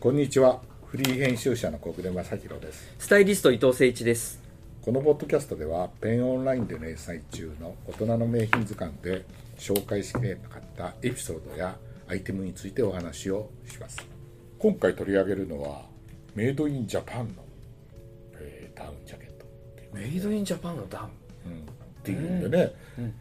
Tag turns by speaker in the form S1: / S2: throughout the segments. S1: こんにちはフリー編集者の小暮正弘です
S2: スタイリスト伊藤誠一です。
S1: このポッドキャストではペンオンラインで連載中の大人の名品図鑑で紹介しきれなかったエピソードやアイテムについてお話をします今回取り上げるのはメイドインジャパンの、えーダウンジャケットっていう
S2: メイドインジャパンのダウン。
S1: うんっていうんでね、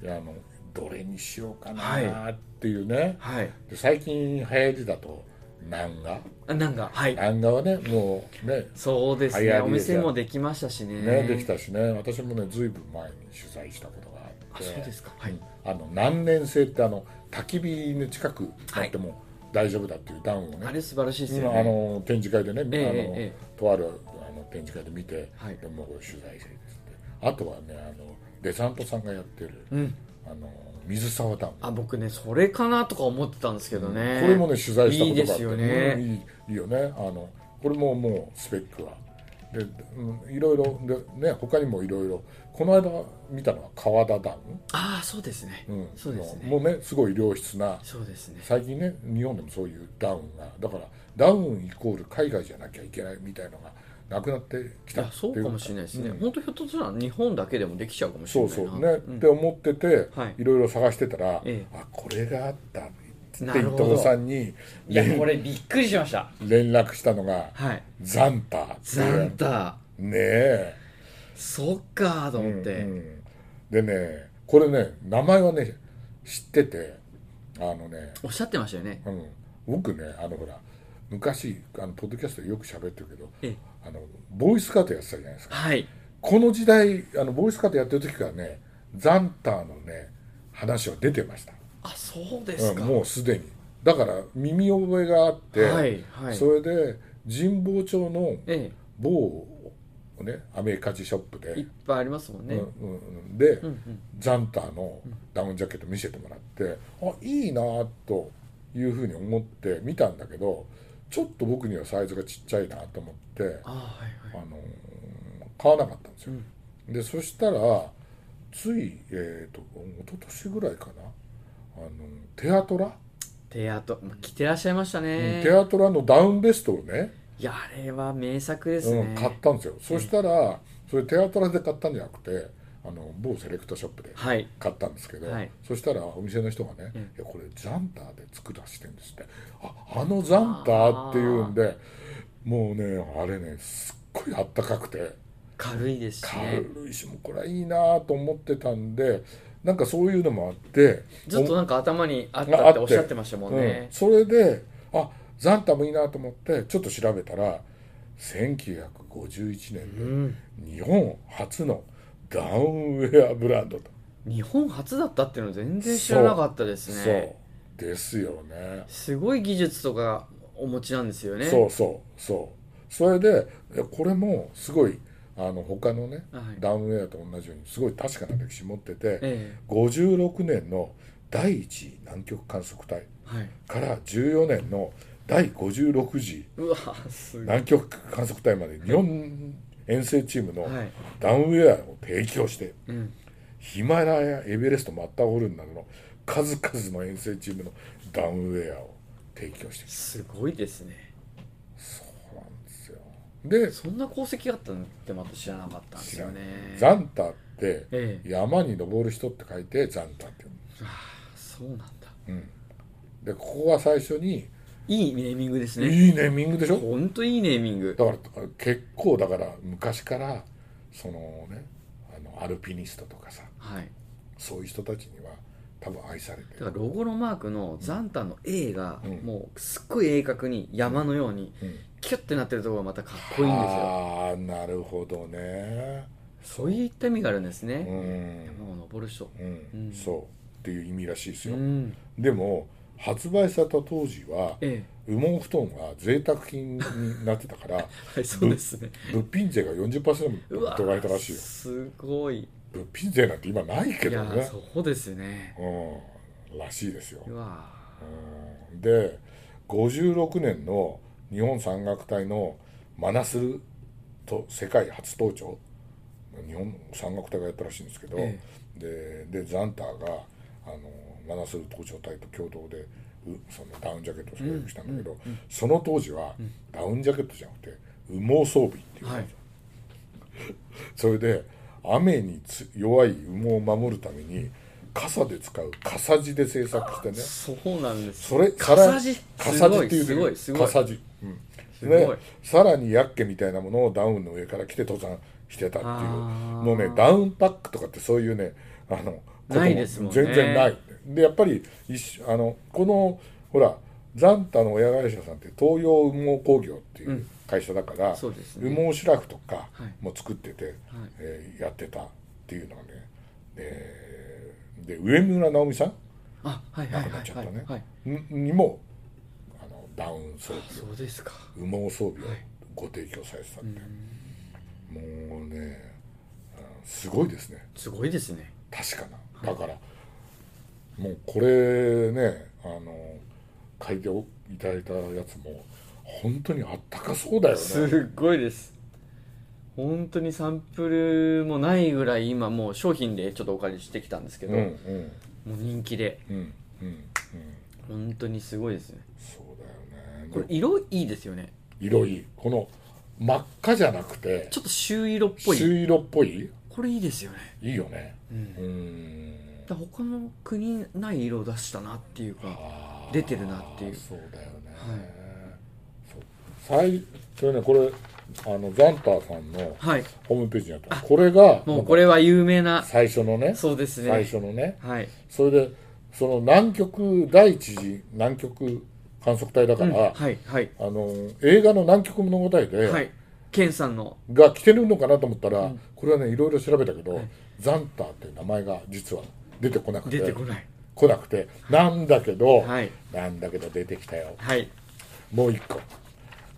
S1: あのどれにしようかな
S2: は
S1: っていうね、
S2: はい。
S1: で最近流行りだと南画
S2: あ、なんか、はい。
S1: 南画はねもうね
S2: そうです
S1: 流行
S2: ね。
S1: り
S2: お
S1: でじゃ
S2: 店
S1: あ
S2: もできましたしね。
S1: ね、できたしね私もねずいぶん前に取材したことがあ
S2: あ、
S1: って
S2: そうですか。はい。
S1: あの何年生ってあの焚き火の近くだっても大丈夫だっていうダウンをね、
S2: あれ素晴らしいですよ
S1: 今あ
S2: ね。
S1: の展示会でね、
S2: ええ
S1: あの
S2: え
S1: とあるあの展示会で見て、
S2: はい
S1: でもう取材してですねあとはねあのデサントさんがやってる、
S2: うん。
S1: あの水沢ダウン
S2: あ、僕ね、それかなとか思ってたんですけどね。
S1: これもね取材した
S2: いい
S1: こ
S2: で
S1: とがあって
S2: すよ
S1: うん
S2: ね。
S1: いいいいよねあのこれももうスペックはで、うん、いろいろでね他にもいろいろこの間見たのは川田ダ
S2: ああ、そうですね
S1: ウン、うん、
S2: そうですね。
S1: もうねすごい良質な
S2: そうですね。
S1: 最近ね日本でもそういうダウンがだからダウンイコール海外じゃなきゃいけないみたいのがなくなってき
S2: い
S1: た
S2: や、
S1: って
S2: そ
S1: いう
S2: うかもしれないですね。
S1: うん
S2: 本当ひょっとしたら日本だけでもできちゃうかもしれ
S1: そ
S2: な
S1: う
S2: いな。
S1: そうね、って思ってて、
S2: はい
S1: いろいろ探してたら、
S2: ええ
S1: あこれがあったって
S2: な
S1: 伊
S2: るほど
S1: 藤さんに
S3: いや、これびっくりしました。
S1: 連絡したのが
S2: はい。
S1: ザンターって
S2: ザ
S1: いう
S2: ンタ。
S1: ねえ
S2: そっかーと思っ
S1: う
S2: て。
S1: んでねこれね名前はね知っててあのね、
S2: おっしゃってましたよね。
S1: うん、僕ねあのほら昔あのポッドキャストでよく喋ってるけど
S2: ええ
S1: あのボーイスカートやってたじゃないですか
S2: はい。
S1: この時代あのボーイスカートやってる時からねザンターのね話は出てました
S2: あ、そうです
S1: う
S2: か。
S1: ん、もうすでにだから耳覚えがあって、
S2: はいはい
S1: それで神保町の
S2: え
S1: 某、ね、アメリカジショップで
S2: え、いっぱいありますもんね。
S1: うんうんうん、で、
S2: うんうん
S1: ザンターのダウンジャケット見せてもらって、あいいなあというふうに思って見たんだけどちょっと僕にはサイズがちっちゃいなと思って
S2: ああ、はい
S1: あ
S2: はい。
S1: のー買わなかったんですよ、でそしたらつい、えー、と一昨年ぐらいかなあのテアトラ、
S2: テアト、まあ、着てらっしゃいましたね。
S1: テアトラのダウンベストをね
S2: いや、あれは名作ですね。
S1: うん、買ったんですよ、そしたらそれテアトラで買ったんじゃなくてあの某セレクトショップで
S2: はい。
S1: 買ったんですけど、
S2: はい
S1: そしたらお店の人がね「
S2: うん
S1: いやこれザンターで作らせてんです」って「ああのザンター」っていうんでもうねあれねすっごいあったかくて
S2: 軽いですしね。
S1: 軽いしもうこれはいいなと思ってたんでなんかそういうのもあって
S2: ずっとなんか頭にあった
S1: ああっ
S2: っ
S1: て
S2: ておっしゃってましたもん
S1: う
S2: ね
S1: ん、。それであザンタもいいなと思ってちょっと調べたら1951
S2: う
S1: 年
S2: ん。
S1: で日本初のダウンウェアブランドと、
S2: 日本初だったっていうの全然知らなかったです
S1: そう
S2: ね。
S1: ですよね
S2: すごい技術とかお持ちなんですよね。
S1: そうそうそうそれでえこれもすごいあの他のね、
S2: はい
S1: ダウンウェアと同じようにすごい確かな歴史持ってて、
S2: え
S1: 56年の第1次南極観測隊
S2: えはい。
S1: から14年の第56次
S2: うわ、すごい。
S1: 南極観測隊まで日本遠征チームの
S2: はい。
S1: ダウンウェアを提供して
S2: うん。
S1: ヒマラヤエベレストマッターホルンなどの数々の遠征チームのダウンウェアを提供してきた
S2: すごいですね。
S1: そうなんですよで
S2: そんな功績があったのってまた知らなかったんですよね。
S1: ザンタって
S2: ええ。
S1: 山に登る人って書いてザンタっていう
S2: あそうなんだ。
S1: でここは最初に
S2: いいネーミングですね。
S1: いいネーミングでしょ
S2: ほんといいネーミング
S1: だから結構だから昔からそのねあのアルピニストとかさ
S2: はい
S1: そういう人たちには多分愛されて
S2: だからロゴのマークのザンタの A が
S1: うん
S2: もうすっごい鋭角に山のように
S1: うん
S2: キュッてなってるところがまたかっこいいんですよ
S1: ああなるほどね
S2: そういった意味があるんです
S1: う
S2: ね
S1: ん、
S2: 山を登る人
S1: うん
S2: うん
S1: そうっていう意味らしいです
S2: う
S1: よ、
S2: ん
S1: でも発売された当時は
S2: え
S1: 羽毛布団が贅沢品になってたから
S2: えはいそうですね
S1: 物品税が40%
S2: うわ
S1: 取られたらしいよ
S2: すごい
S1: 物品税なんて今ないけ
S2: い
S1: ど
S2: や
S1: ね
S2: そうですね
S1: うんらしいですよ
S2: うわ
S1: うんで56年の日本山岳隊のマナスルと世界初登頂日本山岳隊がやったらしいんですけど、
S2: え
S1: ででザンターがあの、ね、マナスル東証隊と共同でうそのダウンジャケットを装備したんだけど、その当時はダウンジャケットじゃなくて羽毛装備っていうのがあるんですよ、それで雨につ弱い羽毛を守るために傘で使う傘地で制作してね
S2: そうなんです
S1: それさら
S2: 笠地
S1: 笠地ってい
S2: すご
S1: う
S2: いすごいすごい
S1: 笠地、うん、
S2: すごい
S1: ねさらにヤッケみたいなものをダウンの上から着て登山してたっていう
S2: あー
S1: もうねダウンパックとかってそういうねあのこと
S2: ないですもんね
S1: 全然ないでやっぱり一緒あのこのほらザンタの親会社さんって東洋羽毛工業っていう会社だから、
S2: そうですね
S1: 羽毛シラフとか
S2: い
S1: も作ってて、えーやってたっていうのがねでで上村直美さん
S2: あはいは
S1: な
S2: い
S1: くな
S2: は
S1: っ
S2: い
S1: ちゃった
S2: はい、
S1: ね
S2: はい、
S1: んにもあのダウン装備
S2: そうですか
S1: 羽毛装備をご提供されてたんで、もうねあすごいですね
S2: すごいですね
S1: 確かなだから、もうこれねあの書いていただいたやつも本当にあったかそうだよ
S2: す
S1: ね
S2: っごいです本当にサンプルもないぐらい今もう商品でちょっとお借りしてきたんですけ
S1: うん
S2: ど、
S1: う
S2: も
S1: ん
S2: う人気で
S1: うんうんうん
S2: 本当にすごいですね
S1: そう
S2: こ
S1: だよ
S2: れ
S1: ね
S2: 色いいですよね
S1: 色いいこの真っ赤じゃなくて
S2: ちょっと朱色っぽい
S1: 朱色っぽい
S2: これいいですよね
S1: いいよね
S2: うん
S1: うーん
S2: だから他の国にない色を出したなっていうか
S1: あー
S2: 出てるなっていう
S1: そうだよね、そう最それねこれあのザンターさんの
S2: はい
S1: ホームページにあった、これが
S2: もうこれは有名な
S1: 最初のね
S2: そうですね
S1: 最初のね
S2: はい
S1: それでその南極第一次南極観測隊だか
S2: うんは
S1: ら、
S2: いはい
S1: あの映画の南極物語で、
S2: はいケンさんの
S1: が来てるのかなと思ったら、これはねいろいろ調べたけど、ザンターっていう名前が実は出てこなくて
S2: 出てこない
S1: 来なくてなんだけど、
S2: はい
S1: なんだけど出てきたよ
S2: はい
S1: もう一個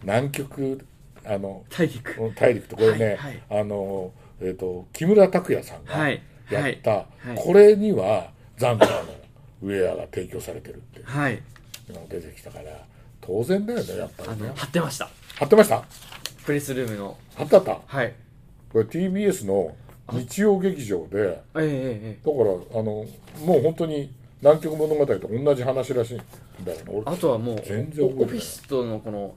S1: 南極あの
S2: 大陸
S1: 大陸とこれね、
S2: はい
S1: あのえっ、と木村拓哉さんが
S2: はい
S1: やった、
S2: いはい
S1: これにはザンターのウェアが提供されてるって
S2: はい
S1: いうのが出てきたから当然だよねやっぱ
S2: あ
S1: りね
S2: の貼ってました
S1: 貼ってました
S2: プレスルームの
S1: 貼ってあった
S2: はい
S1: これ TBS の日曜劇場でだか
S2: ええええええ
S1: らあのもう本当に南極物語と同じ話らしいんだよね俺
S2: あとはもうオ
S1: 全然覚えてない
S2: フィスとのこの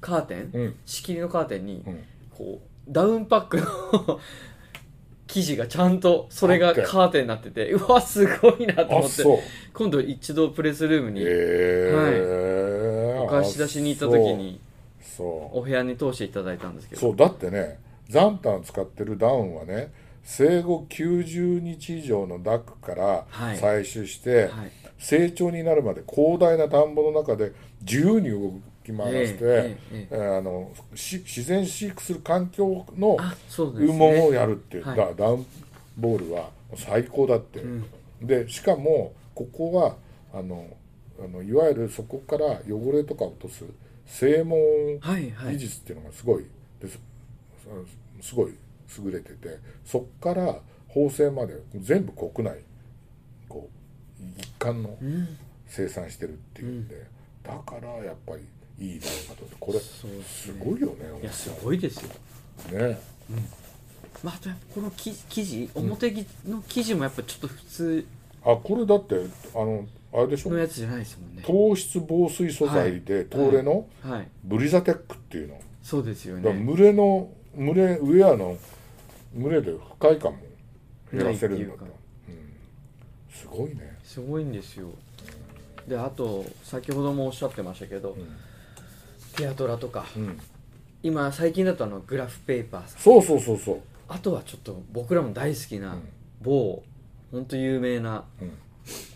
S2: カーテン、
S1: うん
S2: 仕切りのカーテンに、
S1: うん
S2: こうダウンパックの 生地がちゃんとそれ
S1: あっ
S2: が
S1: て
S2: カーテンになっててうわすごいなと
S1: あ
S2: 思って
S1: そう
S2: 今度一度プレスルーム
S1: へ
S2: に
S1: え
S2: お貸し出しに行った時に
S1: そう
S2: お部屋に通していただいたんですけど
S1: そうだってねザンタン使ってるダウンはね生後90日以上のダックから
S2: はい
S1: 採取して、
S2: はい
S1: 成長になるまで広大な田んぼの中で自由に動き回して、
S2: ええええ
S1: えーあのし自然飼育する環境の
S2: あそうです
S1: 羽
S2: ね
S1: 毛をやるっていう
S2: はい
S1: だダウンボールは最高だって、でしかもここはあのあのいわゆるそこから汚れとか落とす正門
S2: はいはい
S1: 技術っていうのがすごいですすごい優れててそこから縫製まで全部国内こう一貫の生産してるっていうんで、だからやっぱりいいだろうなと思ってこれ
S2: そうです
S1: す
S2: ね
S1: ごいよね
S2: いやすごいですよ
S1: ね
S2: まあ、あとやっぱこの生地生地表着の生地もやっぱちょっと普通
S1: あこれだってあのあれでしょ
S2: のやつじゃないですもんね
S1: 糖質防水素材で、東レの
S2: はい
S1: ブリザテックっていうの、
S2: そうですよ
S1: だから
S2: ね
S1: 群れの群れウェアの群れで不快感も減らせるんだと、
S2: ないっ
S1: う
S2: て
S1: んすごいね
S2: すごいんですよであと先ほどもおっしゃってましたけど、ティアトラとか、
S1: ん
S2: 今最近だとあのグラフペーパーさん
S1: そうそうそうそう
S2: あとはちょっと僕らも大好きな某、ほん、本当有名な
S1: うん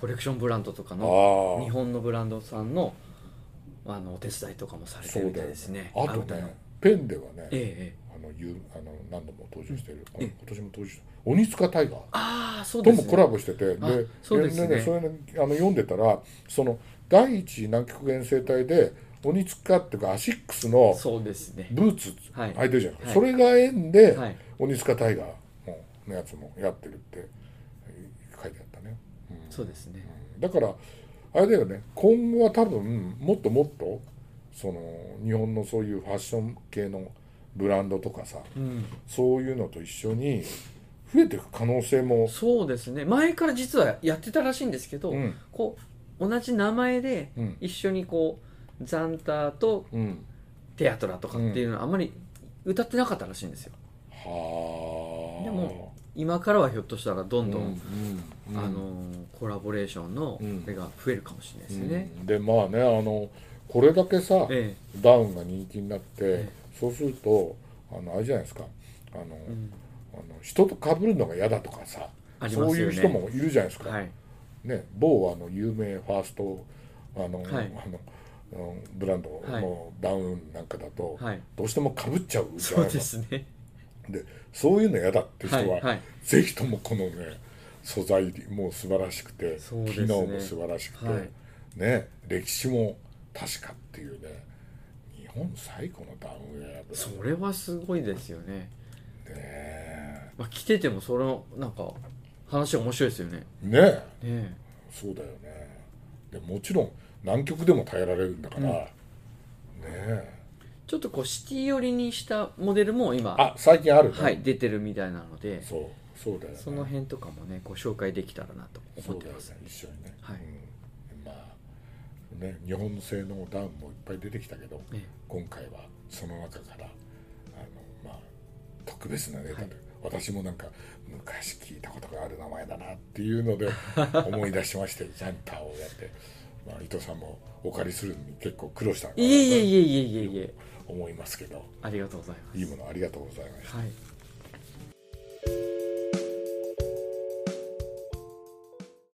S2: コレクションブランドとか
S1: あ
S2: の
S1: ー
S2: 日本のブランドさんのあのお手伝いとかもされて
S1: そ
S2: る
S1: う
S2: み
S1: だ
S2: たい
S1: よ、
S2: ですね
S1: あと
S2: アウターの
S1: ねペンではね、
S2: ええええ
S1: あのゆあの何度も登場してる、今年も登場した鬼塚大河
S2: ああそう
S1: と
S2: です
S1: も
S2: ね
S1: コラボしてて、
S2: あそうですね
S1: それねあの読んでたらその第一南極原生態で鬼塚っていうかアシックスの
S2: そうですね
S1: ブーツ
S2: はい
S1: 履いてるじゃない、
S2: はい
S1: それが縁で、
S2: はい
S1: 鬼塚大河のやつもやってるって書いてあったね、うん
S2: そうですね
S1: だからあれだよね今後は多分もっともっとその日本のそういうファッション系のブランドとかさ、
S2: うん
S1: そういうのと一緒に増えていく可能性も、
S2: そうですね前から実はやってたらしいんですけど、
S1: うん
S2: こう同じ名前で
S1: うん
S2: 一緒にこうザンタと
S1: うん、
S2: テアトラとかっていうのはあんまり歌ってなかったらしいんですよ
S1: はあ
S2: でも今からはひょっとしたらどんどん、
S1: うんうん
S2: あのーコラボレーションの
S1: うん
S2: 手が増えるかもしれないですね、
S1: うんでまあねあのこれだけさ、
S2: え
S1: ダウンが人気になって、
S2: え
S1: そうするとあのあれじゃないですかあの、
S2: え、うん
S1: あの人と被るのが嫌だとかさ、
S2: あり
S1: そ
S2: ま
S1: う
S2: す
S1: い
S2: よ
S1: う
S2: ね
S1: 人もいるじゃないですか、
S2: はい
S1: ね、某あの有名ファーストあの、
S2: はい
S1: あのうんブランドのダウンなんかだと、
S2: はい
S1: どうしても被っちゃうじゃ
S2: そ
S1: ない
S2: うで
S1: ですか
S2: すね
S1: でそういうの嫌だっていう
S2: はい
S1: 人は、
S2: はい
S1: ぜひともこのね素材もう素晴らしくて、
S2: そうです
S1: 機
S2: ね
S1: 能も素晴らしくて、
S2: はい
S1: ね歴史も確かっていうね日本最古のダウンウェアブラン
S2: それはすごいですよね、
S1: ドね
S2: まあ、着ててもそのなんか話面白いですよね
S1: ねえ
S2: ね
S1: そうだよねでもちろん南極でも耐えられるんだから、ねえ
S2: えちょっとこうシティ寄りにしたモデルも今
S1: あ最近あるね、
S2: はい、出てるみたいなので
S1: そうそうだよね
S2: その辺とかもねご紹介できたらなと
S1: そ
S2: 思
S1: う
S2: っ
S1: だ
S2: て
S1: よね
S2: ます
S1: 一緒にね、
S2: はい
S1: うん、まあね日本製のダウンもいっぱい出てきたけど、
S2: ええ
S1: 今回はその中からあのまあ特別なネタで、私もなんか昔聞いたことがある名前だなっていうの で思い出しましてジャンターをやって、まあ、伊藤さんもお借りするのに結構苦労したのかない
S2: えいえいえいえいえいえ
S1: 思いますけど
S2: ありがとうございます
S1: いいものありがとうございました。
S2: はい